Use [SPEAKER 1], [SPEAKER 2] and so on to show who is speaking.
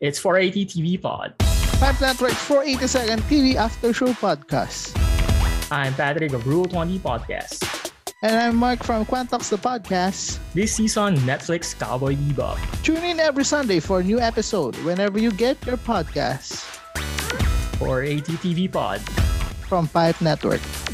[SPEAKER 1] It's 480 TV Pod.
[SPEAKER 2] Pat Network's 480 Second TV After Show Podcast.
[SPEAKER 1] I'm Patrick of Rule 20 Podcast.
[SPEAKER 2] And I'm Mark from Quantox the Podcast.
[SPEAKER 1] This season, Netflix Cowboy Bebop.
[SPEAKER 2] Tune in every Sunday for a new episode whenever you get your podcasts
[SPEAKER 1] 480 TV Pod.
[SPEAKER 2] from Pipe Network.